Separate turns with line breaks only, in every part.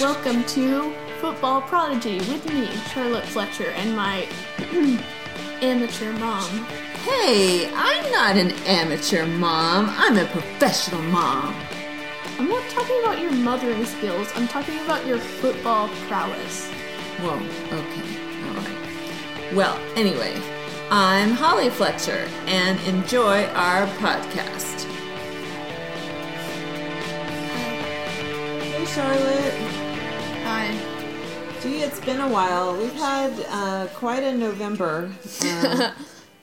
Welcome to Football Prodigy with me, Charlotte Fletcher, and my amateur mom.
Hey, I'm not an amateur mom. I'm a professional mom.
I'm not talking about your mothering skills, I'm talking about your football prowess.
Whoa, okay, all right. Well, anyway, I'm Holly Fletcher, and enjoy our podcast. Hey, Charlotte.
Hi.
Gee, it's been a while. We've had uh, quite a November. Uh,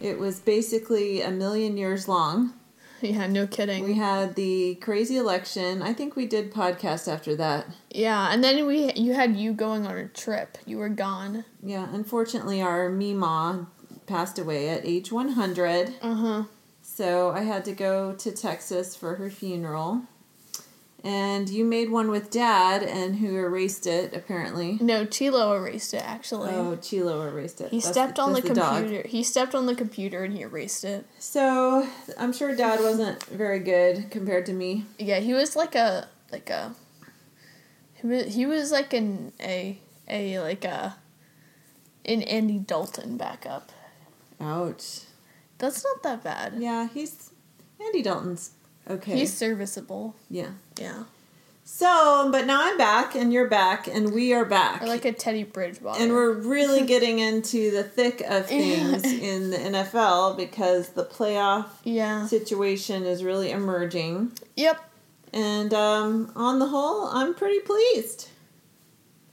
it was basically a million years long.
Yeah, no kidding.
We had the crazy election. I think we did podcast after that.
yeah, and then we you had you going on a trip. You were gone.
Yeah, unfortunately, our Mima passed away at age 100.
Uh huh.
So I had to go to Texas for her funeral. And you made one with Dad, and who erased it, apparently.
No, Chilo erased it actually.
Oh, Chilo erased it.
he
That's-
stepped on the,
that's dog.
computer. He stepped on the computer and he erased it.
So I'm sure Dad wasn't very good compared to me.
Yeah, he was like a like a he was, he was like an a a like a an Andy Dalton backup.
Ouch.
That's not that bad.
Yeah, he's. Andy Dalton's okay.
He's serviceable.
yeah.
Yeah.
So, but now I'm back, and you're back, and we are back.
Or like a Teddy Bridgewater.
And we're really getting into the thick of things in the NFL because the playoff
yeah.
situation is really emerging.
Yep.
And um, on the whole, I'm pretty pleased.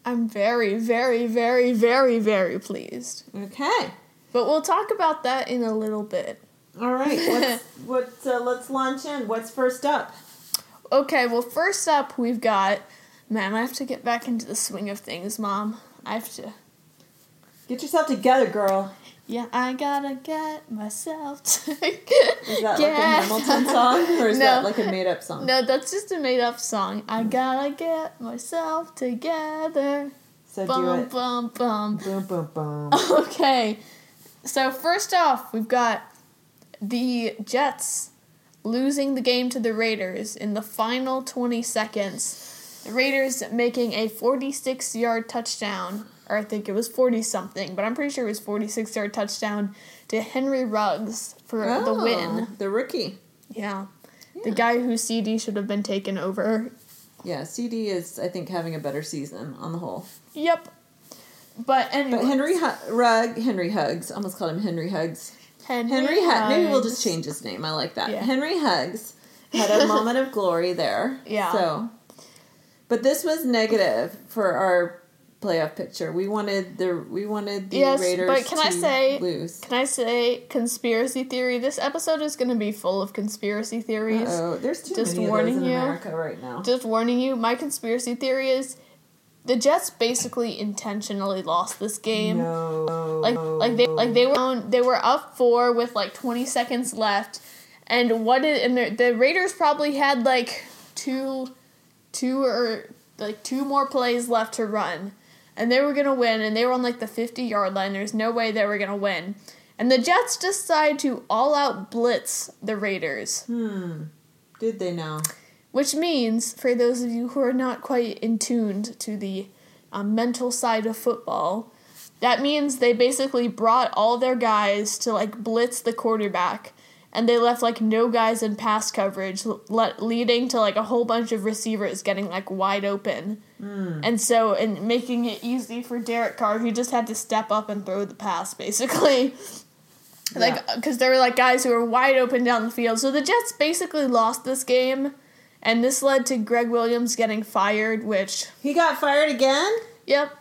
I'm very very very very very pleased.
Okay.
But we'll talk about that in a little bit.
All right. What's, what's uh, let's launch in. What's first up?
Okay, well first up we've got man, I have to get back into the swing of things, mom. I have to
Get yourself together, girl.
Yeah, I gotta get myself to
Is that
Yeah.
like a Hamilton song or is
No.
that like a made up song?
No, that's just a made up song. I gotta get myself together.
So do
Bum
it.
bum bum.
Boom, boom, boom.
Okay. So first off, we've got the Jets losing the game to the Raiders in the final 20 seconds. The Raiders making a 46 yard touchdown, or I think it was 40 something, but I'm pretty sure it was 46 yard touchdown to Henry Ruggs for the
Oh,
win.
The rookie.
Yeah. The guy whose CD should have been taken over.
Yeah, CD is, I think, having a better season on the whole.
Yep. But anyway.
But Henry Hu- Rugg, Henry Hugs, almost called him Henry Hugs.
Henry,
Henry Hugs. Maybe we'll just
Huggs.
change his name. I like that.
Yeah.
Henry Hugs had a moment of glory there.
Yeah.
So, but this was negative for our playoff picture. We wanted the we wanted the
Yes,
Raiders
but can
to
I say-
lose.
Can I say conspiracy theory? This episode is going to be full of conspiracy theories.
Oh, there's too
just
many of those
warning
in
you.
America right now.
Just warning you, my conspiracy theory is the Jets basically intentionally lost this game.
no.
Like like they like they were down, they were up 4 with like 20 seconds left. And what did and the, the Raiders probably had like two two or like two more plays left to run. And they were gonna win, and they were on like the 50 yard line. There's no way they were gonna win. And the Jets decide to all out blitz the Raiders.
Did they now?
Which means, for those of you who are not quite in tuned to the um, mental side of football, that means they basically brought all their guys to like blitz the quarterback, and they left like no guys in pass coverage, le- leading to like a whole bunch of receivers getting like wide open, and so and making it easy for Derek Carr, who just had to step up and throw the pass basically. Like, because there were like guys who were wide open down the field. So the Jets basically lost this game. And this led to Greg Williams getting fired, which,
He got fired again.
yep,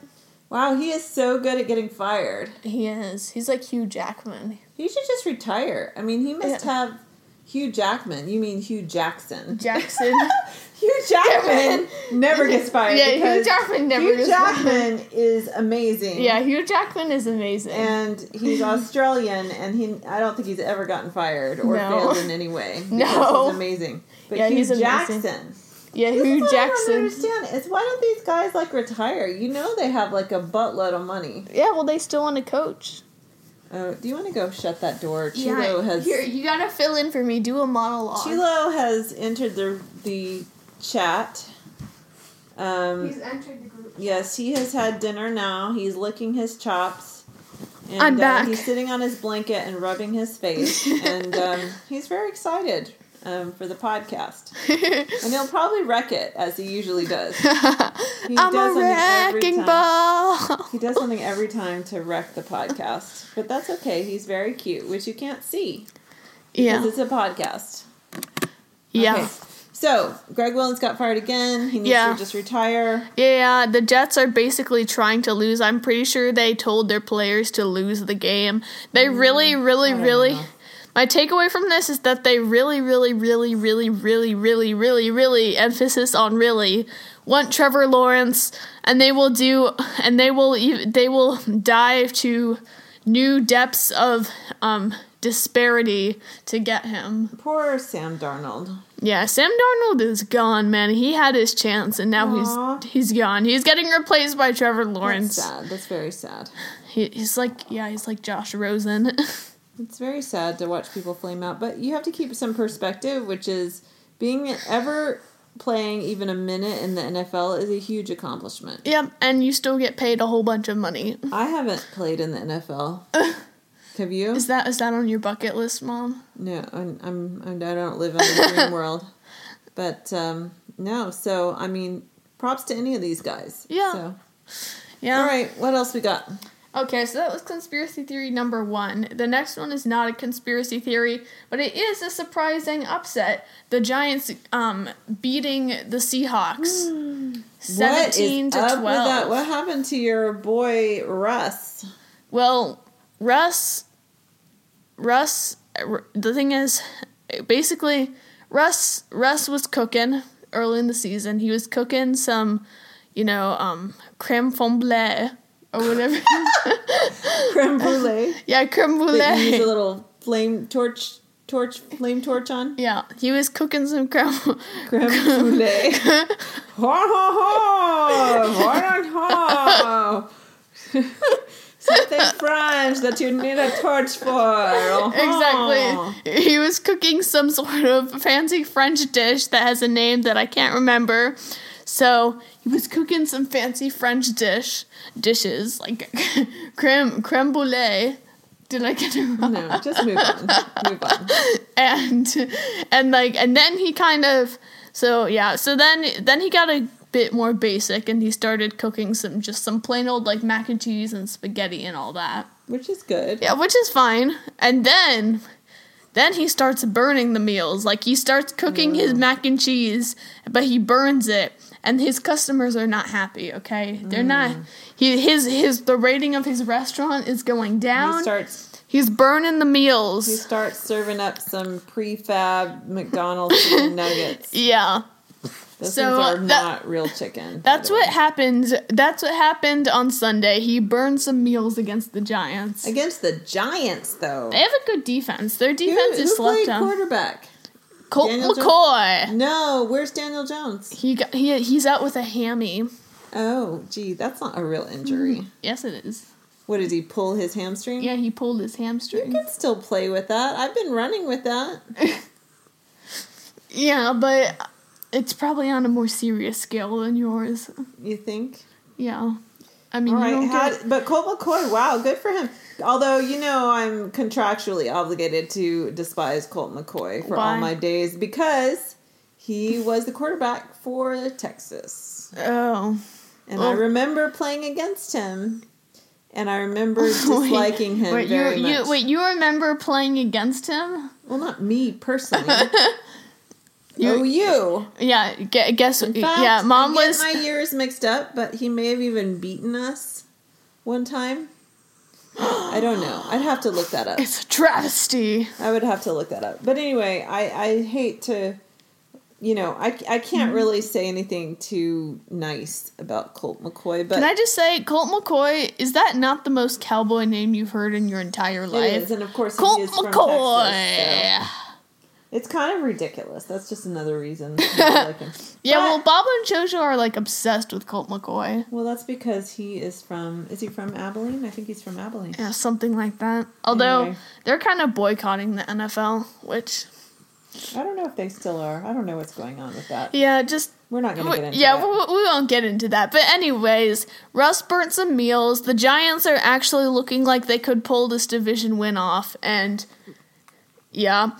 Wow, he is so good at getting fired.
he is. He's like Hugh Jackman.
He should just retire. I mean, he must have Hugh Jackman. You mean Hugh Jackson?
Jackson.
Hugh Jackman never gets fired.
Yeah, Hugh
because
Jackman never
Hugh
gets
Jackman is amazing.
yeah, Hugh Jackman is amazing.
And he's Australian, and he—I don't think he's ever gotten fired or
No.
failed in any way.
No.
because he's amazing. But
Yeah,
Hugh
he's amazing.
Jackson.
yeah,
This is
Hugh
what I don't
Jackson.
understand is why don't these guys like retire? You know they have like a buttload of money.
Yeah, well, they still want a coach.
Oh, do you want to go shut that door? Chilo has
Here, you gotta fill in for me. Do a monologue.
Chilo has entered the the chat. Um,
He's entered the group.
yes, he has had dinner now. He's licking his chops. And,
I'm
uh,
back.
he's sitting on his blanket and rubbing his face, and um, he's very excited um, for the podcast. And he'll probably wreck it as he usually does. He
I'm a
does something every
wrecking
time.
ball.
He does something every time to wreck the podcast, but that's okay. He's very cute, which you can't see because
Yeah.
it's a podcast.
Yeah.
Okay. So Greg Williams got fired again. He needs
Yeah.
to just retire.
Yeah, the Jets are basically trying to lose. I'm pretty sure they told their players to lose the game. They really, really,
Mm, don't
really.
know.
My takeaway from this is that they really, really, really, really, really, really, really, really emphasis on really want Trevor Lawrence, and they will do, and they will, ev- they will dive to new depths of um, disparity to get him.
Poor Sam Darnold.
Yeah, Sam Darnold is gone, man. He had his chance and now
Aw.
he's he's gone. He's getting replaced by Trevor
That's
Lawrence.
sad. That's very sad.
He, he's like yeah, he's like Josh Rosen.
It's very sad to watch people flame out, but you have to keep some perspective, which is being ever playing even a minute in the NFL is a huge accomplishment.
yep, and you still get paid a whole bunch of money.
I haven't played in the NFL. Have you?
Is that is that on your bucket list, mom?
No, I'm, I'm, I'm I don't live in the dream world, but um, no. So I mean, props to any of these guys.
Yeah.
So.
Yeah.
All right, what else we got?
Okay, so that was conspiracy theory number one. The next one is not a conspiracy theory, but it is a surprising upset. The Giants um, beating the Seahawks, seventeen
Hmm. what is
to
up
twelve.
With that? What happened to your boy Russ?
Well, Russ, Russ, r- the thing is, basically, Russ, Russ was cooking early in the season. He was cooking some, you know, um, creme flambée or whatever.
Creme brulee.
yeah, creme
that you use a
brulee.
little flame torch, torch, flame torch on.
Yeah, he was cooking some creme.
Creme brulee. ho ho ho! Ho ho ho! Something French that you need a torch for. Oh, ho.
Exactly. He was cooking some sort of fancy French dish that has a name that I can't remember. So he was cooking some fancy French dish dishes like creme creme brulee. Did I get it wrong?
No, just move on. Move on.
and and like and then he kind of so yeah so then then he got a bit more basic and he started cooking some just some plain old like mac and cheese and spaghetti and all that.
Which is good.
Yeah, which is fine. And then then he starts burning the meals. Like he starts cooking his mac and cheese, but he burns it and his customers are not happy, okay? They're not
Mm.
he his his the rating of his restaurant is going
He
down.
starts
He's burning the
He
meals.
starts serving up some prefab McDonald's chicken nuggets.
Yeah.
Those
So,
things are
that-
not real chicken. by
That's
the way.
what happened. That's what happened on Sunday. He burned some meals against the Giants.
against the Giants though.
They have a good defense. Their
Who,
defense
who
is
played
slept on.
quarterback?
Colt
Daniel Jones?
McCoy.
No, where's Daniel Jones?
He got he he's out with a hammy.
Oh, gee, that's not a real injury.
Yes, it is.
What did he pull his hamstring?
Hmm. Yeah, he pulled his
You
hamstring.
can still play with that. I've been running with that.
Yeah, but it's probably on a more serious scale than yours.
You think?
Yeah, I mean,
All
you
right,
don't
how-
get.
but Colt McCoy, wow, good for him. Although you know, I'm contractually obligated to despise Colt McCoy for all
Why?
my days because he was the quarterback for Texas,
Oh,
and
Oh.
I remember playing against him, and I remember
Wait,
disliking him
wait, you,
very much.
you wait. You remember playing against him?
Well, not me personally.
You-
oh, you.
Yeah, gu- guess.
In fact,
yeah, mom
I get
was.
my years mixed up, but he may have even beaten us one time. I don't know. I'd have to look that up.
It's a travesty.
I would have to look that up. But anyway, I, I hate to, you know, I, I
Mm-hmm.
can't really say anything too nice about Colt McCoy, but
Can I just say, Colt McCoy is that not the most cowboy name you've heard in your entire
it
life?
is, and of course,
Colt
he is from
McCoy.
Texas, so it's kind of ridiculous. That's just another reason. I like him.
yeah,
But-
well, Bob and JoJo are like obsessed with Colt McCoy.
Well, that's because he is from. Is he from Abilene? I think he's from Abilene.
Yeah, something like that. Although
Anyway.
they're kind of boycotting the NFL, which
I don't know if they still are. I don't know what's going on with that.
Yeah, just
We're not going to get into
yeah,
that.
we, we won't get into that. But anyways, Russ burnt some meals. The Giants are actually looking like they could pull this division win off, and yeah.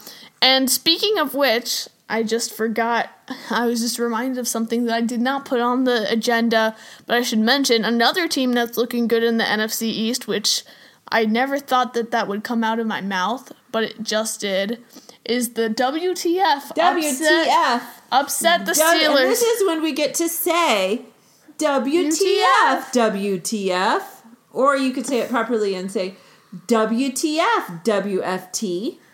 And speaking of which, I just forgot. I was just reminded of something that I did not put on the agenda, but I should mention another team that's looking good in the NFC East, which I never thought that that would come out of my mouth, but it just did. Is the WTF upset,
WTF.
upset the
W- and
Steelers?
this is when we get to say WTF, WTF. Or you could say it properly and say WTF, WFT.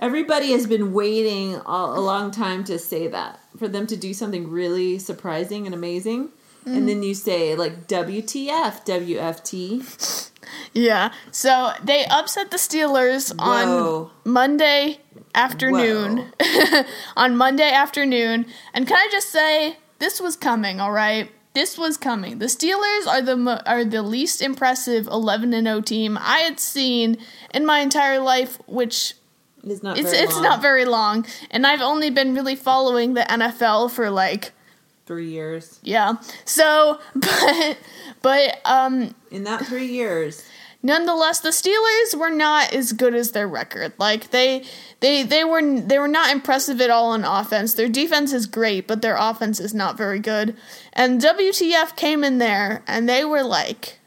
Everybody has been waiting a, a long time to say that for them to do something really surprising and amazing.
Mm.
And then you say like WTF, WFT.
Yeah. So they upset the Steelers on
Whoa.
Monday afternoon. on Monday afternoon. And can I just say this was coming, all right? This was coming. The Steelers are the mo- are the least impressive 11 and 0 team I had seen in my entire life, which
It is not.
it's
very
it's
long.
not very long. And I've only been really following the NFL for like
three years.
yeah. So, but but um
In that three years,
nonetheless the steelers were not as good as their record like they they they were they were not impressive at all on offense their defense is great but their offense is not very good and wtf came in there and they were like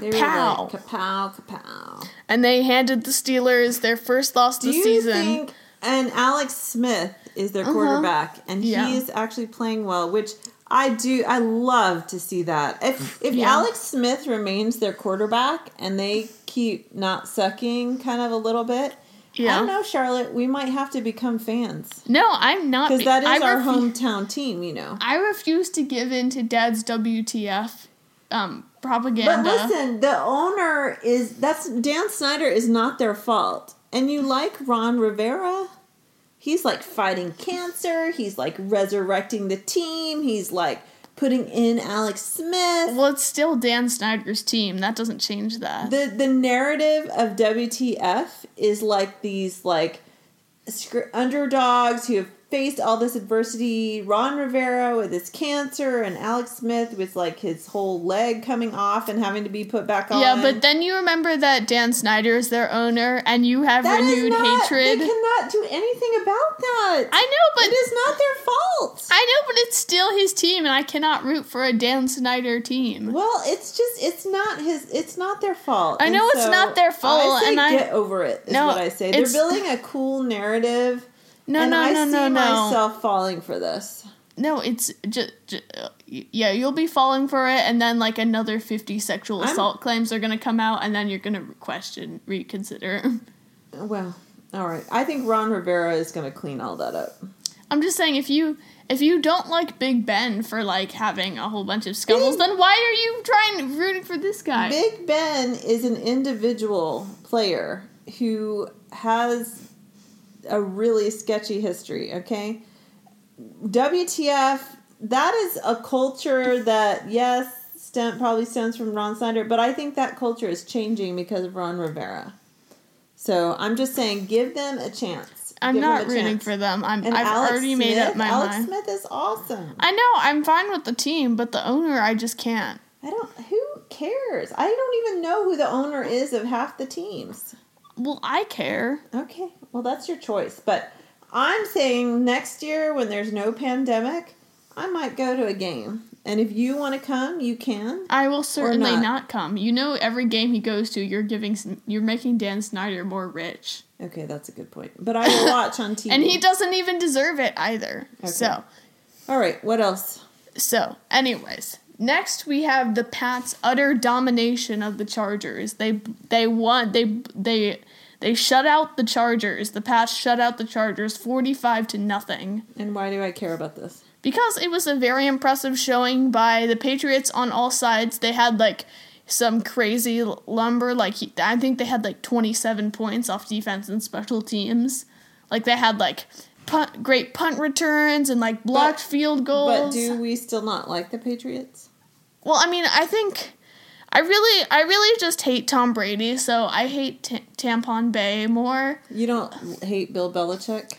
they were
kapow
like kapow, kapow.
and they handed the steelers their first loss
Do
this
you
season Uh-huh.
think? And Alex Smith is their quarterback, and
Yeah.
he is actually playing well, which I do. I love to see that. If if
Yeah.
Alex Smith remains their quarterback and they keep not sucking, kind of a little bit. I
Yeah.
don't know, Charlotte. We might have to become fans
no i'm not
because that is
I
our
refu-
hometown team, you know.
i refuse to give in to dad's wtf um propaganda
But listen, the owner is that's Dan Snyder is not their fault. And you like Ron Rivera? He's like fighting cancer, he's like resurrecting the team, he's like putting in Alex Smith.
well it's still dan snyder's team that doesn't change that
The the narrative of WTF is like these like scr- underdogs who have faced all this adversity. Ron Rivera with his cancer, and Alex Smith with like his whole leg coming off and having to be put back on.
Yeah, but then you remember that Dan Snyder is their owner, and you have
That is
renewed
not-
hatred.
They cannot do anything about that.
I know, but
it is not their fault.
I know, but it's still his team, and I cannot root for a Dan Snyder team.
well, it's just it's not his. It's not their fault.
I know it's not their fault,
I say
and I-
get over it. Is
No,
what I say. They're
it's-
building a cool narrative,
No,
and
no,
I
no,
see
no, no,
myself falling for this.
no. It's just, yeah, you'll be falling for it, and then like another fifty sexual
I'm-
assault claims are gonna come out, and then you're gonna question, reconsider.
Well, all right. I think Ron Rivera is going to clean all that up.
I'm just saying, if you if you don't like Big Ben for like having a whole bunch of scuffles,
Big-
then why are you trying rooting for this guy?
Big Ben is an individual player who has a really sketchy history, okay? WTF, that is a culture that, yes, stem, probably stems from Ron Snyder, but I think that culture is changing because of Ron Rivera. So I'm just saying, give them a chance.
I'm
Give them
not
a
rooting
chance.
for them. I'm,
And
I've
Alex
already
Smith,
made up my
Alex
mind.
Smith is awesome.
I know I'm fine with the team, but the owner, I just can't.
I don't. Who cares? I don't even know who the owner is of half the teams.
Well, I care.
Okay, well, that's your choice. But I'm saying next year, when there's no pandemic, I might go to a game. And if you want to come, you can.
I will certainly
not.
not. come. You know, every game he goes to, you're giving, S- you're making Dan Snyder more rich,
Okay, that's a good point. But I will watch on TV.
and he doesn't even deserve it either.
Okay.
So,
All right, what else?
so, anyways, next we have the Pats' utter domination of the Chargers. They they won. They they they shut out the Chargers. The Pats shut out the Chargers, forty-five to nothing.
And why do I care about this?
because it was a very impressive showing by the Patriots on all sides. They had like some crazy l- lumber. Like he, I think they had like 27 points off defense and special teams. Like they had like punt, great punt returns and like blocked
But-
field goals.
But do we still not like the Patriots?
well, I mean, I think I really, I really just hate Tom Brady, so I hate t- Tampon Bay more.
You don't hate Bill Belichick?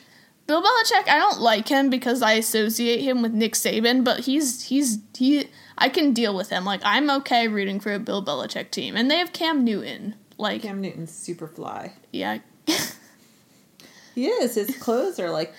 Bill Belichick, I don't like him because I associate him with Nick Saban, but he's he's he. I can deal with him. Like I'm okay rooting for a Bill Belichick team, and they have Cam Newton. Like
Cam Newton's super fly.
yeah,
He is. His clothes are like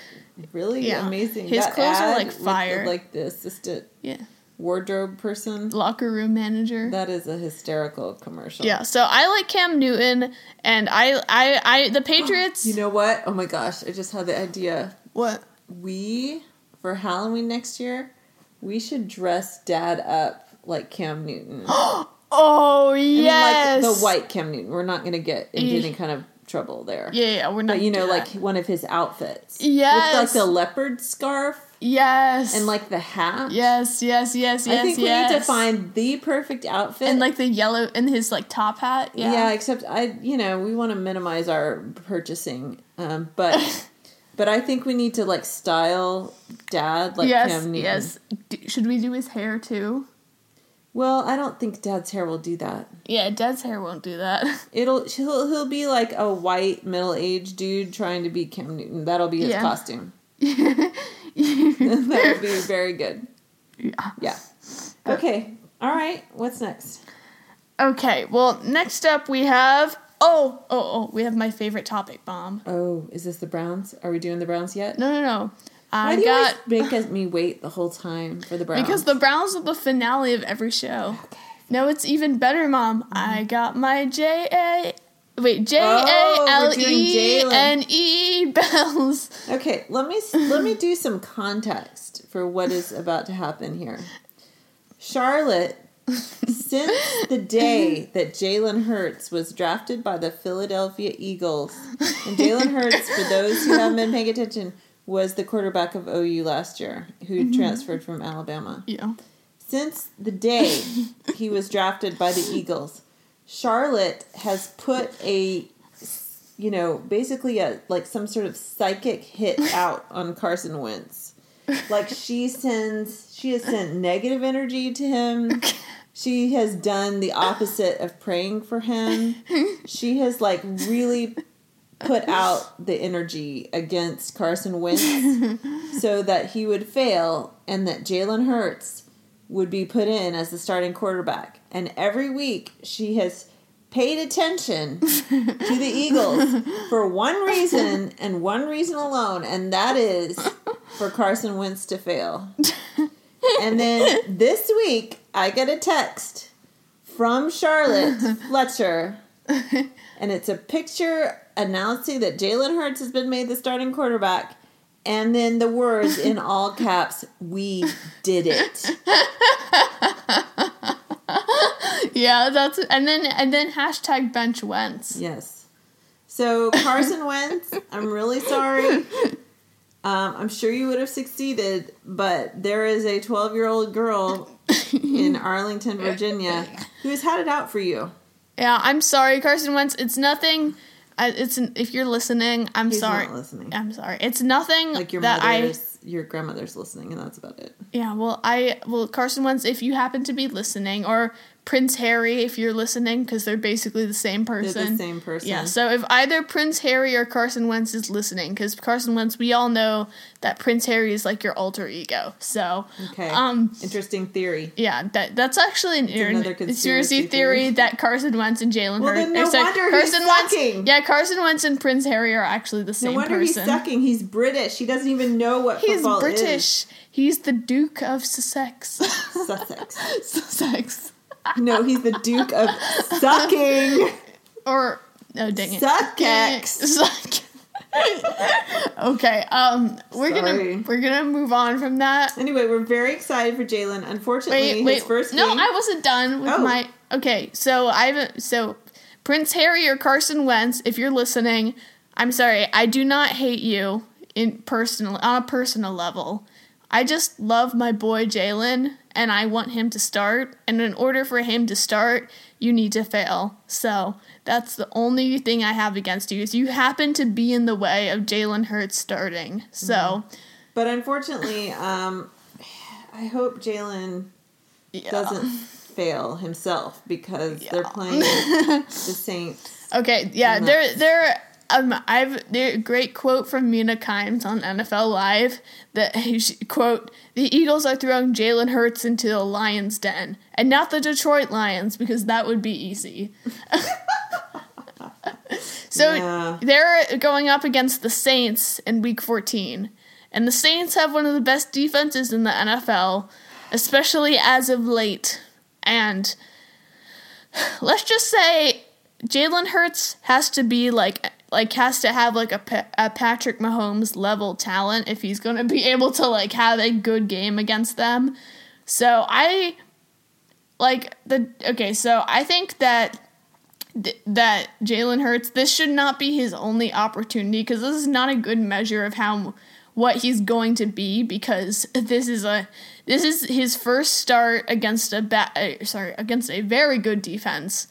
really
Yeah.
amazing.
His clothes are,
ad
like,
with the-
fire.
like the assistant
yeah.
wardrobe person.
Locker room manager.
That is a hysterical commercial.
yeah, so I like Cam Newton, and I I I the Patriots.
You know what? Oh my gosh! I just had the idea.
what?
We for Halloween next year, we should dress Dad up like Cam Newton.
Oh
I mean,
yes,
like the white Cam Newton. We're not going to get into
Yeah.
any kind of trouble there.
Yeah, yeah, we're not.
But you know,
doing
like
that.
one of his outfits.
Yes.
With like the leopard scarf
yes,
and like the hat.
yes, yes, yes, yes.
I think
yes.
we need to find the perfect outfit.
and like the yellow and his like top hat.
yeah.
Yeah,
except I, you know, we want to minimize our purchasing, um, but but I think we need to like style dad like
yes,
Cam Newton.
yes. D- should we do his hair too?
Well, I don't think dad's hair will do that.
Yeah, Dad's hair won't do that.
It'll he'll he'll be like a white middle aged dude trying to be Cam Newton. That'll be his
Yeah.
costume. that would be very good.
yeah.
Yeah. Okay. All right. What's next?
Okay. Well, next up we have oh oh oh we have my favorite topic bomb.
Oh, is this the Browns? Are we doing the Browns yet?
No no no.
Why
I
do you always
got
make us- me wait the whole time for the Browns?
because the Browns are the finale of every show. No, it's even better, Mom. I got my J A wait J A
we're
L
doing
E
Jalen.
N E bells.
Okay, let me s- let me do some context for what is about to happen here. Charlotte, since the day that Jalen Hurts was drafted by the Philadelphia Eagles, and Jalen Hurts, for those who haven't been paying attention, was the quarterback of OU last year, who transferred from Alabama.
Yeah.
Since the day he was drafted by the Eagles, Charlotte has put a, you know, basically a like some sort of psychic hit out on Carson Wentz. Like she sends, she has sent negative energy to him. She has done the opposite of praying for him. She has like really put out the energy against Carson Wentz so that he would fail and that Jalen Hurts would be put in as the starting quarterback. And every week she has paid attention to the Eagles for one reason and one reason alone, and that is for Carson Wentz to fail. And then this week I get a text from Charlotte Fletcher, and it's a picture announcing that Jalen Hurts has been made the starting quarterback. And then the words in all caps, we did it.
Yeah, that's and then and then hashtag bench Wentz.
Yes. So Carson Wentz, I'm really sorry. Um, I'm sure you would have succeeded, but there is a 12 year old girl in Arlington, Virginia, who has had it out for you.
Yeah, I'm sorry, Carson Wentz. It's nothing. I, it's n- if you're listening, I'm
He's
sorry.
not listening.
I'm sorry. It's nothing
Like your
that I.
mother's, your grandmother's listening, and that's about it.
Yeah, well, I well Carson Wentz. If you happen to be listening, or Prince Harry, if you're listening, because they're basically the same
They're
person.
the same person.
Yeah, so if either Prince Harry or Carson Wentz is listening, because Carson Wentz, we all know that Prince Harry is like your alter ego. So,
okay.
um,
Interesting theory.
Yeah, that that's actually an
another
conspiracy,
conspiracy
theory,
theory.
that Carson Wentz and Jalen
Well,
Hurts.
then no
or sorry,
wonder he's
Carson Wentz,
sucking.
Yeah, Carson Wentz and Prince Harry are actually the
No
same
wonder he's
person.
sucking. He's British. He doesn't even know what
He's
football is.
British. He's the Duke of Sussex.
Sussex.
Sussex.
No, he's the Duke of Sucking.
Or oh dang it.
Sussex.
Suck. okay, um we're
Sorry.
gonna we're gonna move on from that.
Anyway, we're very excited for Jalen. Unfortunately,
Wait, wait.
his first
no,
game.
I wasn't done with
Oh.
my. Okay, so I haven't. So Prince Harry or Carson Wentz, if you're listening, I'm sorry. I do not hate you in personal on a personal level. I just love my boy Jalen, and I want him to start. And in order for him to start, you need to fail. So that's the only thing I have against you is you happen to be in the way of Jalen Hurts starting. So
but unfortunately, um, I hope Jalen
Yeah.
doesn't fail himself because they're
Yeah.
playing the Saints.
Okay, yeah,
And
there, there. Um, I've there a great quote from Mina Kimes on NFL Live that she, quote the Eagles are throwing Jalen Hurts into the Lions den and not the Detroit Lions because that would be easy. so
Yeah.
they're going up against the Saints in Week 14, and the Saints have one of the best defenses in the NFL, especially as of late, and let's just say Jalen Hurts has to be like like has to have like a, Pa- a Patrick Mahomes level talent if he's going to be able to like have a good game against them. So I like the okay, so I think that th- that Jalen Hurts this should not be his only opportunity cuz this is not a good measure of how what he's going to be because this is a this is his first start against a ba- uh, sorry, against a very good defense.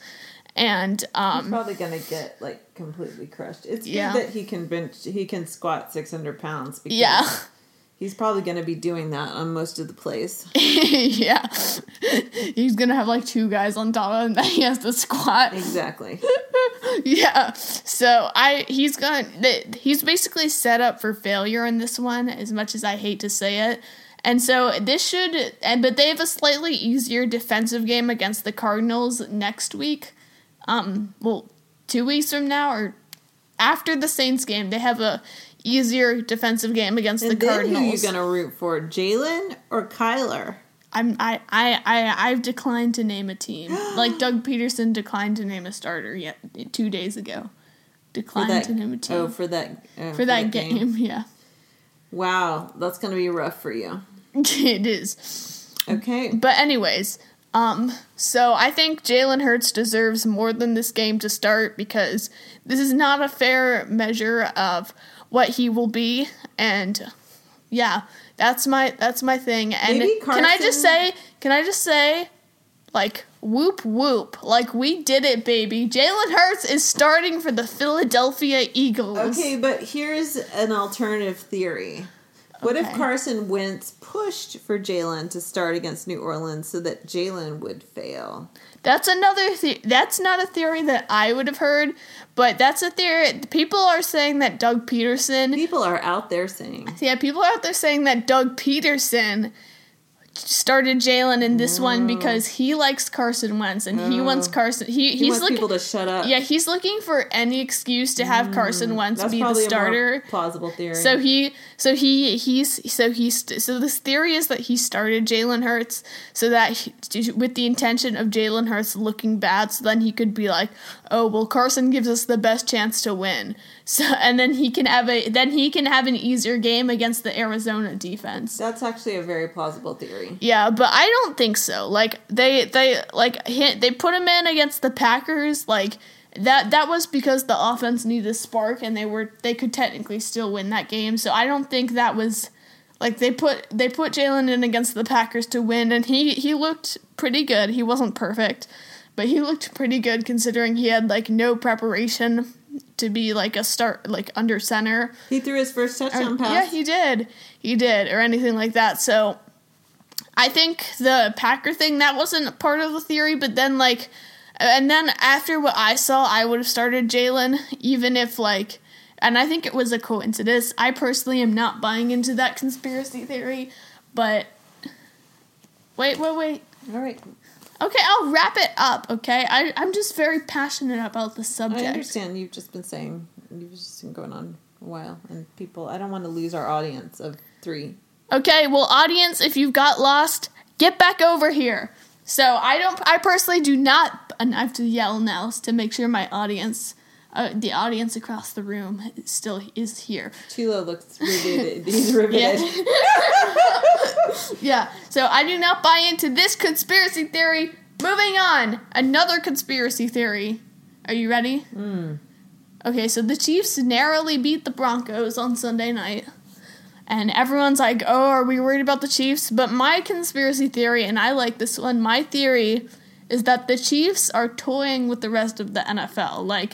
And um
Probably gonna get like completely crushed. It's good
Yeah.
that he can bench, he can squat six hundred pounds. Because
yeah.
he's probably gonna be doing that on most of the plays.
yeah. he's going to have like two guys on top of him that he has to squat.
exactly.
yeah. So I he's gonna th- he's basically set up for failure in this one. As much as I hate to say it, and so this should and but they have a slightly easier defensive game against the Cardinals next week. Um, well, two weeks from now or after the Saints game, they have a easier defensive game against
And
the
then
Cardinals.
who are you gonna root for, Jalen or Kyler?
I'm I, I I I've declined to name a team. like Doug Peterson declined to name a starter yet two days ago.
For
Declined
that,
to name a team
oh, for that, oh,
for that game. Yeah,
Wow, that's gonna be rough for you.
it is.
Okay,
But anyways, um, so I think Jalen Hurts deserves more than this game to start because this is not a fair measure of what he will be, and yeah, that's my that's my thing. And
Maybe
can I just
Carson-
say? Can I just say? Like whoop whoop, like we did it, baby. Jalen Hurts is starting for the Philadelphia Eagles.
okay, but here's an alternative theory. What if
Okay.
Carson Wentz pushed for Jalen to start against New Orleans so that Jalen would fail?
That's another the- that's not a theory that I would have heard, but that's a theory people are saying that Doug Peterson
People are out there saying
Yeah, people are out there saying that Doug Peterson started Jalen in this one
Mm.
because he likes Carson Wentz and he wants Carson he,
he
he's
wants people
looking
to shut up.
Yeah, he's looking for any excuse to have Carson Wentz
that's
be the
probably a
starter.
more plausible theory.
So he, so he, he's, so he's, so this theory is that he started Jalen Hurts so that he, with the intention of Jalen Hurts looking bad, so then he could be like, oh well, Carson gives us the best chance to win. So and then he can have a then he can have an easier game against the Arizona defense.
that's actually a very plausible theory.
Yeah, but I don't think so. Like they they like he, they put him in against the Packers like that that was because the offense needed a spark and they were they could technically still win that game. So I don't think that was like they put they put Jalen in against the Packers to win and he he looked pretty good. He wasn't perfect, but he looked pretty good considering he had like no preparation to be like a start like under center.
He threw his first touchdown
Or-
pass.
Uh, Yeah, he did. He did, or anything like that. So I think the Packer thing that wasn't part of the theory, but then like, and then after what I saw, I would have started Jalen, even if like, and I think it was a coincidence. I personally am not buying into that conspiracy theory, but wait, wait, wait.
All right,
Okay, I'll wrap it up. Okay, I, I'm just very passionate about the
I
subject.
understand. You've just been saying you've just been going on a while, and people. I don't want to lose our audience of three.
Okay, well, audience, if you've got lost, get back over here. So I don't. I personally do not. And I have to yell now to make sure my audience, uh, the audience across the room, is still is here.
Tilo looks riveted. He's riveted.
Yeah. So I do not buy into this conspiracy theory. Moving on, another conspiracy theory. Are you ready? Okay, so the Chiefs narrowly beat the Broncos on Sunday night. And everyone's like, oh, are we worried about the Chiefs? But my conspiracy theory, and I like this one, my theory is that the Chiefs are toying with the rest of the NFL. Like,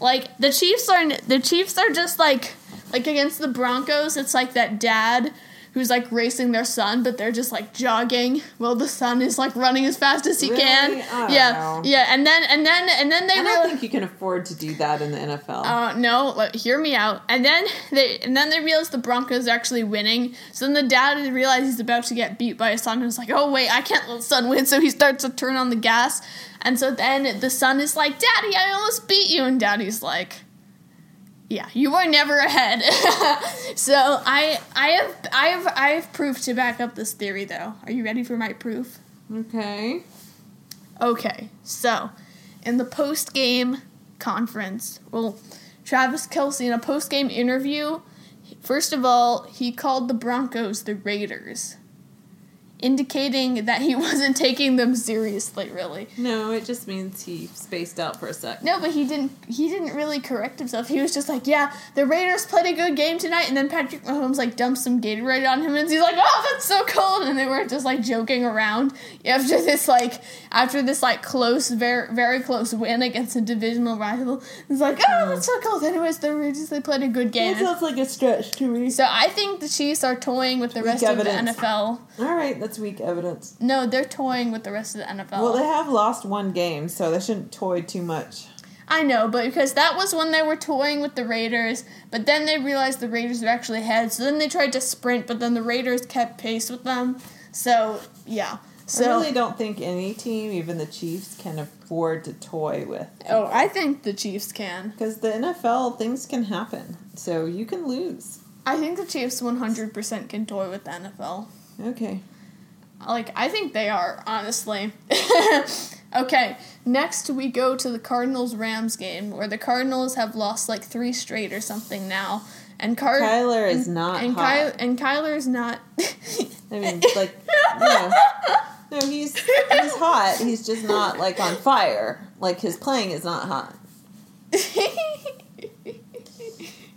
like the Chiefs are the Chiefs are just like like against the Broncos, it's like that dad who's like racing their son, but they're just like jogging. Well, the son is like running as fast as he
Really?
can.
I don't
yeah,
know.
yeah, and then and then and then they
I
reali-
don't think you can afford to do that in the NFL.
uh, no, let, hear me out. And then they and then they realize the Broncos are actually winning. So then the dad realizes he's about to get beat by his son and is like, oh wait, I can't let son win. So he starts to turn on the gas. And so then the son is like, Daddy, I almost beat you. And Daddy's like, Yeah, you were never ahead. so I I have I have I have proof to back up this theory though. Are you ready for my proof?
okay.
Okay, so in the post game conference, well, Travis Kelsey in a post game interview, first of all, he called the Broncos the Raiders, indicating that he wasn't taking them seriously, really.
No, it just means he spaced out for a sec.
No, but he didn't. He didn't really correct himself. He was just like, "Yeah, the Raiders played a good game tonight." And then Patrick Mahomes like dumps some Gatorade on him, and he's like, "Oh, that's so cold!" And they were just like joking around after this like after this like close, very very close win against a divisional rival. It's like, "Oh, that's so cold." Anyways, the Raiders they played a good game.
like a stretch to me.
So I think the Chiefs are toying with the rest
evidence.
of the NFL.
All right, that's weak evidence.
No, they're toying with the rest of the NFL.
Well, they have lost one game, so they shouldn't toy too much.
I know, but because that was when they were toying with the Raiders, but then they realized the Raiders were actually ahead, so then they tried to sprint, but then the Raiders kept pace with them. So, yeah. So,
I really don't think any team, even the Chiefs, can afford to toy with.
oh, I think the Chiefs can.
Because the NFL, things can happen. So you can lose.
I think the Chiefs 100% can toy with the NFL.
Okay.
Like, I think they are, honestly. okay, next we go to the Cardinals Rams game, where the Cardinals have lost like three straight or something now. And Car-
Kyler
and-
is not
and
hot.
Ky- and Kyler is not.
I mean, like, no. No, he's, he's hot. He's just not, like, on fire. Like, his playing is not hot.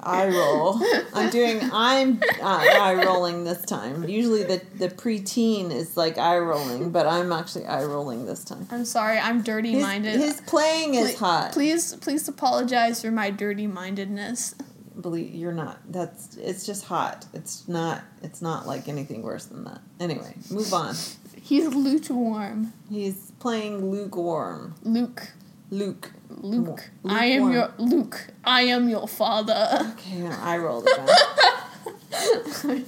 Eye roll. I'm doing, I'm uh, eye rolling this time. Usually the, the preteen is, like, eye rolling, but I'm actually eye rolling this time.
I'm sorry, I'm dirty
His,
minded.
his playing is hot.
Please, please apologize for my dirty mindedness.
believe you're not that's it's just hot it's not it's not like anything worse than that anyway move on
He's lukewarm.
he's playing lukewarm
Luke,
luke
Luke, I am your Luke. I am your father.
okay i rolled again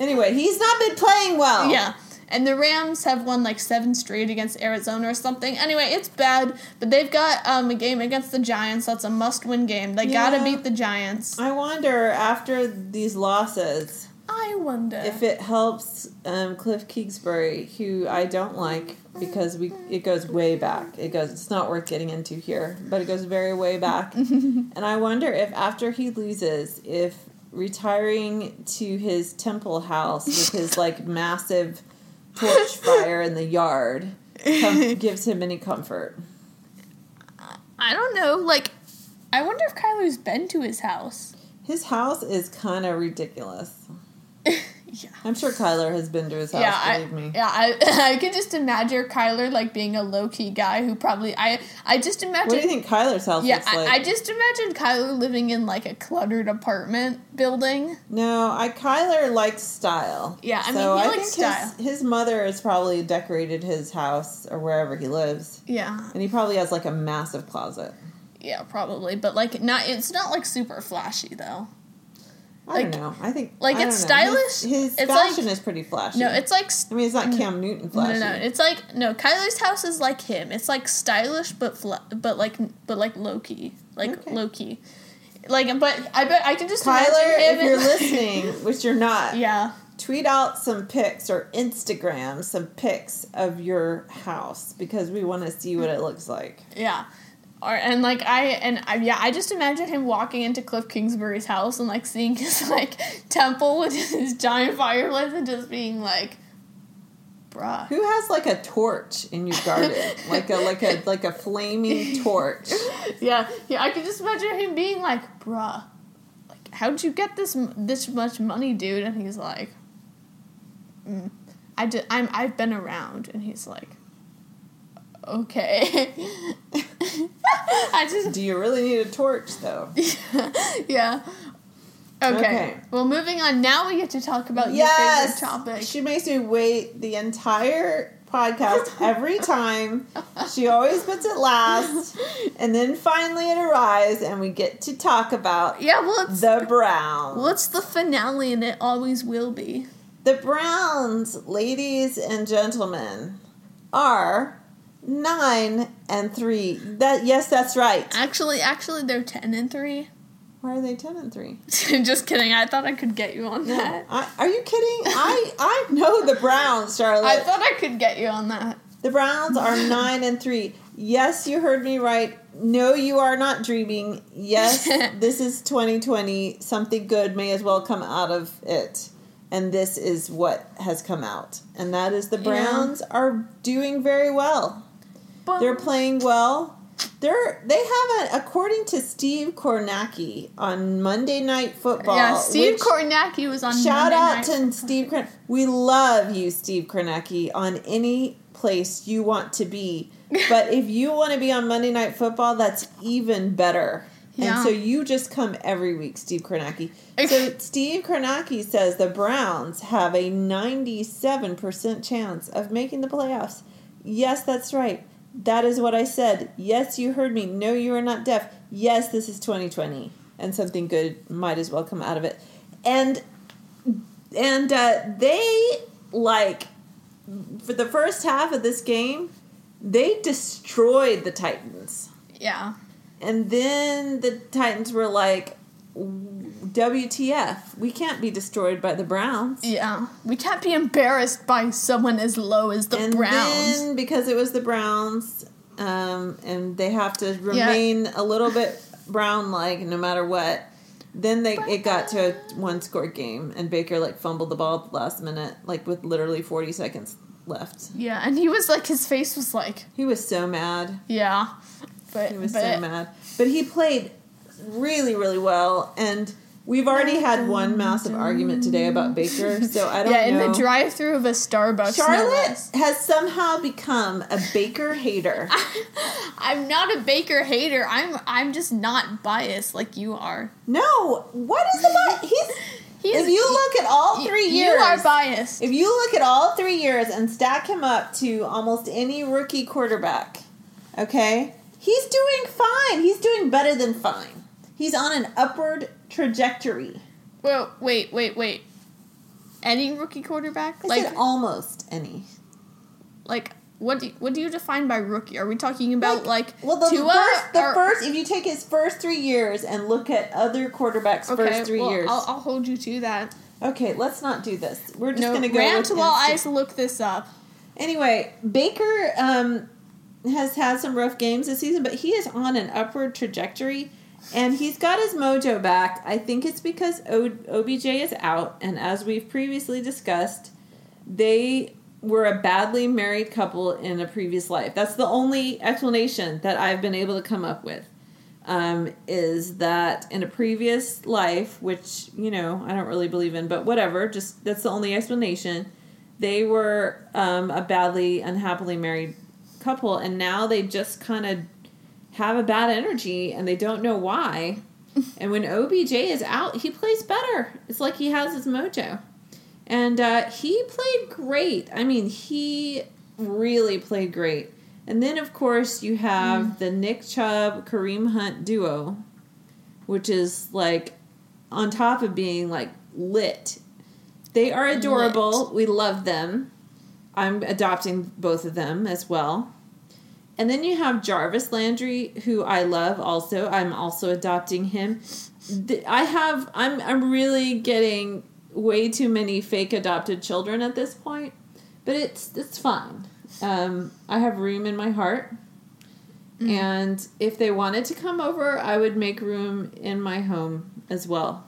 anyway he's not been playing well
Yeah. And the Rams have won like seven straight against Arizona or something. Anyway, it's bad, but they've got um, a game against the Giants. That's a must-win game. They gotta
Yeah.
beat the Giants.
i wonder after these losses
I wonder.
if it helps um, cliff kingsbury who i don't like because we it goes way back it goes it's not worth getting into here but it goes very way back and i wonder if after he loses if retiring to his temple house with his like massive torch fire in the yard com- gives him any comfort
I don't know. Like, I wonder if Kyler's been to his house.
his house is kind of ridiculous
Yeah.
i'm sure kyler has been to his house
yeah,
believe
I,
me
yeah, I, I could just imagine Kyler like being a low key guy who probably I I just imagine
what do you think kyler's house
yeah
looks
I,
like
I just imagine Kyler living in like a cluttered apartment building.
No, I Kyler likes style.
Yeah, I mean, he likes style.
His, his mother has probably decorated his house or wherever he lives,
Yeah,
and he probably has like a massive closet.
yeah, probably, but like not it's not like super flashy though.
I
Like-
don't know. I think
like,
I don't
it's
know.
stylish.
His, his
It's
fashion
like-
is pretty flashy.
No, it's like s-
I mean, it's not Cam Newton
no,
flashy.
no, it's like no. Kyler's house is like him. It's like stylish, but fla- but like but like low key, like
Okay.
low key, like. But I bet I can just
Kyler,
imagine him
if
in,
you're
like-
listening, which you're not,
yeah.
tweet out some pics or Instagram some pics of your house because we want to see what it looks like.
Yeah. Or, and like I and I, yeah, I just imagine him walking into Cliff Kingsbury's house and like seeing his like temple with his giant fireplace and just being like, "Bruh,
Who has like a torch in your garden, like a like a like a flaming torch?
yeah, yeah." I can just imagine him being like, "Bruh, like how'd you get this m- this much money, dude?" And he's like, mm, "I did. I'm I've been around," and he's like, "Okay." I just
Do you really need a torch though?
yeah. Okay.
Okay.
Well, moving on. Now we get to talk about
Yes.
your favorite topic.
She makes me wait the entire podcast every time. she always puts it last. And then finally it arrives and we get to talk about
yeah. Well, it's
the Browns.
what's the finale, and it always will be.
The Browns, ladies and gentlemen, are nine and three. That yes, that's right.
Actually, actually, they're ten and three.
Why are they ten and three?
Just kidding. I thought I could get you on that.
I, are you kidding? I I know the Browns, Charlotte.
I thought I could get you on that.
The Browns are nine and three. Yes, you heard me right. No, you are not dreaming. Yes, this is 2020. Something good may as well come out of it. And this is what has come out. And that is the Browns are doing very well.
But
They're playing well. They're they have a according to Steve Kornacki on Monday Night Football.
yeah, Steve
which-
Kornacki was on.
Shout
Monday
out
Night
to Steve Korn. We love you, Steve Kornacki, on any place you want to be. But if you want to be on Monday Night Football, that's even better.
Yeah.
And so you just come every week, Steve Kornacki. So Steve Kornacki says the Browns have a 97% chance of making the playoffs. Yes, that's right. That is what I said. Yes, you heard me. No, you are not deaf. Yes, this is 2020. And something good might as well come out of it. And and uh, they like for the first half of this game, they destroyed the Titans.
Yeah.
And then the Titans were like, WTF, we can't be destroyed by the Browns.
Yeah. We can't be embarrassed by someone as low as the
and
Browns.
then because it was the Browns, um, and they have to remain a little bit brown like no matter what. Then they it got to a one score game and Baker like fumbled the ball at the last minute, like with literally forty seconds left.
yeah, and he was like his face was like,
He was so mad.
yeah. But
He was
but
so mad. But he played really, really well. And we've already had one massive argument today about Baker, so I don't
yeah, in
know.
the drive-through of a Starbucks. no
Charlotte
less.
has somehow become a Baker hater.
I'm not a Baker hater. I'm I'm just not biased like you are.
No, what is about he's?
He's-
if you look at all
y-
three years,
You are biased.
if you look at all three years and stack him up to almost any rookie quarterback, okay, he's doing fine. He's doing better than fine. He's on an upward trajectory.
Well, wait, wait, wait. Any rookie quarterback?
I
like
said almost any.
like what do you, what do you define by rookie? Are we talking about like,
Well, the
Tua
first, the
or-
first, if you take his first three years and look at other quarterbacks' first three
well,
years,
I'll, I'll hold you to that.
okay, let's not do this. We're just
No,
going to go.
ran
with
to all eyes.
instinct.
Look this up.
Anyway, Baker um, has had some rough games this season, but he is on an upward trajectory and he's got his mojo back. I think it's because o- OBJ is out, and as we've previously discussed, they were a badly married couple in a previous life. That's the only explanation that I've been able to come up with. Um, is that in a previous life, which, you know, I don't really believe in, but whatever, just that's the only explanation. They were um, a badly, unhappily married couple, and now they just kind of have a bad energy and they don't know why. and when OBJ is out, he plays better. It's like he has his mojo. And uh, he played great. I mean, he really played great. And then, of course, you have the Nick Chubb Kareem Hunt duo, which is like on top of being like lit. They are adorable. We love them. I'm adopting both of them as well. And then you have Jarvis Landry, who I love also. I'm also adopting him. Th- I have I'm I'm really getting way too many fake adopted children at this point, but it's it's fine. Um, I have room in my heart.
Mm.
And if they wanted to come over, I would make room in my home as well.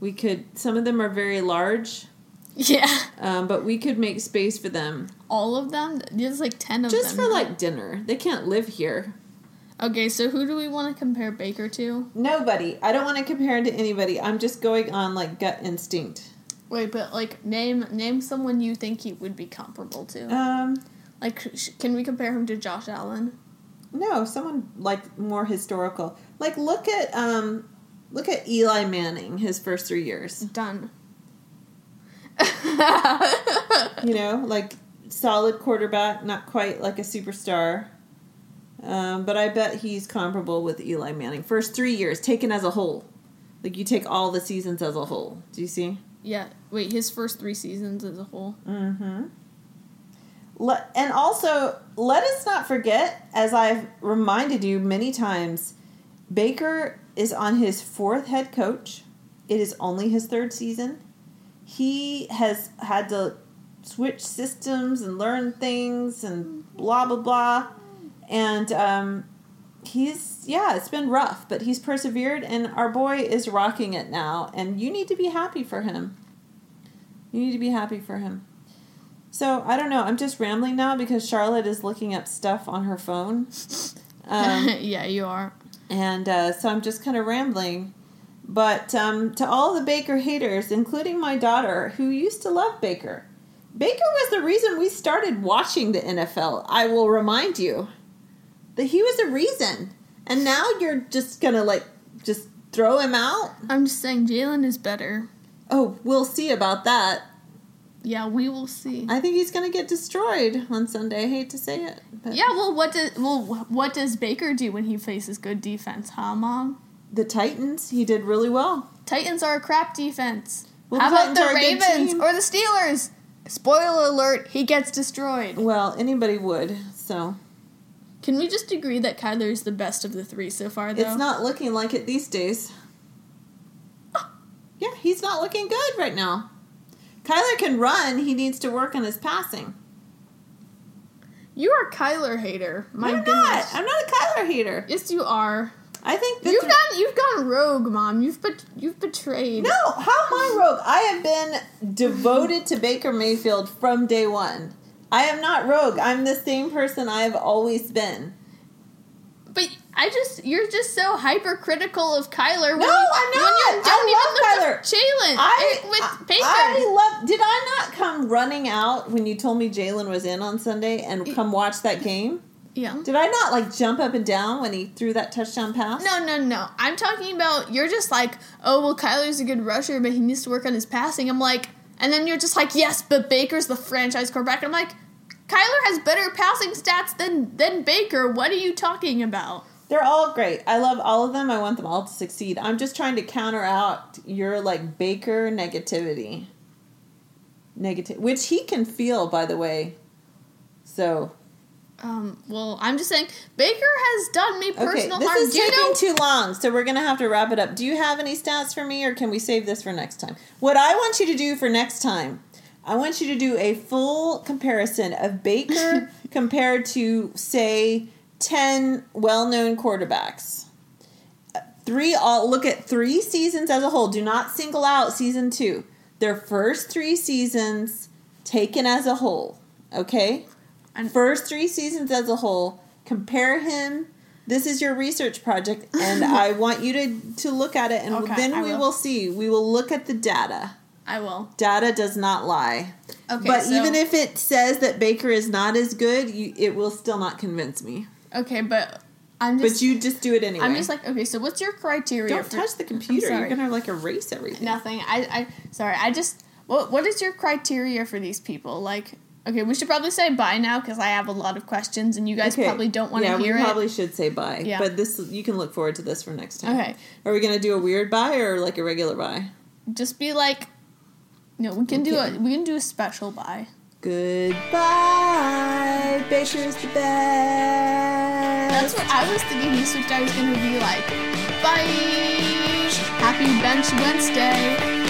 We could some of them are very large,
Yeah,
um, but we could make space for them
all of them. There's like ten of
just
them.
for like dinner. They can't live here.
Okay, so who do we want to compare Baker to?
Nobody. I don't want to compare him to anybody. I'm just going on like gut instinct.
Wait, but like name name someone you think he would be comparable to.
Um,
like, sh- can we compare him to Josh Allen?
no, someone like more historical. Like look at um, Look at Eli Manning, his first three years.
Done.
You know, like solid quarterback, not quite like a superstar. Um, but I bet he's comparable with Eli Manning. First three years, taken as a whole. Like you take all the seasons as a whole. Do you see?
yeah. Wait, his first three seasons as a whole.
Let, and also, let us not forget, as I've reminded you many times, Baker is on his fourth head coach. It is only his third season. He has had to switch systems and learn things and blah, blah, blah. And um, he's, yeah, it's been rough, but he's persevered, and our boy is rocking it now. And you need to be happy for him. You need to be happy for him. So I don't know. I'm just rambling now because Charlotte is looking up stuff on her phone, um,
yeah, you are.
and uh, so I'm just kind of rambling. But um, to all the Baker haters, including my daughter, who used to love Baker, Baker was the reason we started watching the NFL. I will remind you that he was the reason, and now you're just gonna like just throw him out.
I'm just saying Jalen is better.
Oh, we'll see about that.
Yeah, we will see.
I think he's gonna get destroyed on Sunday. I hate to say it. But.
Yeah, well, what does well wh- what does Baker do when he faces good defense, huh, Mom?
the Titans, he did really well.
Titans are a crap defense.
Well,
How
the
about
Titans
the
are a good
Ravens
team.
or the Steelers? Spoiler alert: he gets destroyed.
Well, anybody would. So
Can we just agree that Kyler is the best of the three so far, though?
it's not looking like it these days. Yeah, he's not looking good right now. Kyler can run. He needs to work on his passing.
You are a Kyler hater. My
I'm
goodness.
not. I'm not a Kyler hater.
Yes, you are.
I think the
You've
thr-
gone. You've gone rogue, Mom. You've bet- You've betrayed.
No, how am I rogue? I have been devoted to Baker Mayfield from day one. I am not rogue. I'm the same person I have always been.
But I just. You're just so hypercritical of Kyler. When
No,
you,
I'm
When you
not.
don't
I
even
love
look at Jalen.
I,
eh, with
I-
Baker.
I love. Did I not come running out when you told me Jalen was in on Sunday and come watch that game?
yeah.
Did I not like jump up and down when he threw that touchdown pass?
No, no, no. I'm talking about you're just like, oh well, Kyler's a good rusher, but he needs to work on his passing. I'm like, and then you're just like, yes, but Baker's the franchise quarterback. I'm like, Kyler has better passing stats than than Baker. What are you talking about?
They're all great. I love all of them. I want them all to succeed. I'm just trying to counter out your like Baker negativity. Negative, which he can feel, by the way. So
Um, well, I'm just saying Baker has done me
okay,
personal
this
harm.
is
Do you
taking
know?
too long, so we're gonna have to wrap it up. Do you have any stats for me, or can we save this for next time? What I want you to do for next time, I want you to do a full comparison of Baker compared to, say, ten well-known quarterbacks. Uh, Three all look at three seasons as a whole. Do not single out season two. Their first three seasons taken as a whole. Okay
And-
first three seasons as a whole. Compare him. This is your research project, and I want you to to look at it, and
Okay, I
then we
will.
will. see. We will look at the data.
I will.
Data does not lie.
Okay,
but
so-
even if it says that Baker is not as good, you, it will still not convince me.
Okay, but I'm just.
But you just do it anyway.
I'm just like okay. So what's your criteria?
don't
for-
touch the computer.
sorry.
You're gonna like erase everything.
Nothing. I, I sorry. I just what what is your criteria for these people? Like, okay, we should probably say bye now because I have a lot of questions and you guys probably don't want to
yeah,
hear
we
it.
probably should say bye.
Yeah.
But this you can look forward to this for next time.
Okay.
Are we gonna do a weird bye or like a regular bye?
Just be like, no, we can do
Okay.
a we can do a special bye.
Goodbye, Baker's the best.
That's what I was thinking. This week I was gonna be like, bye. Happy Bench Wednesday.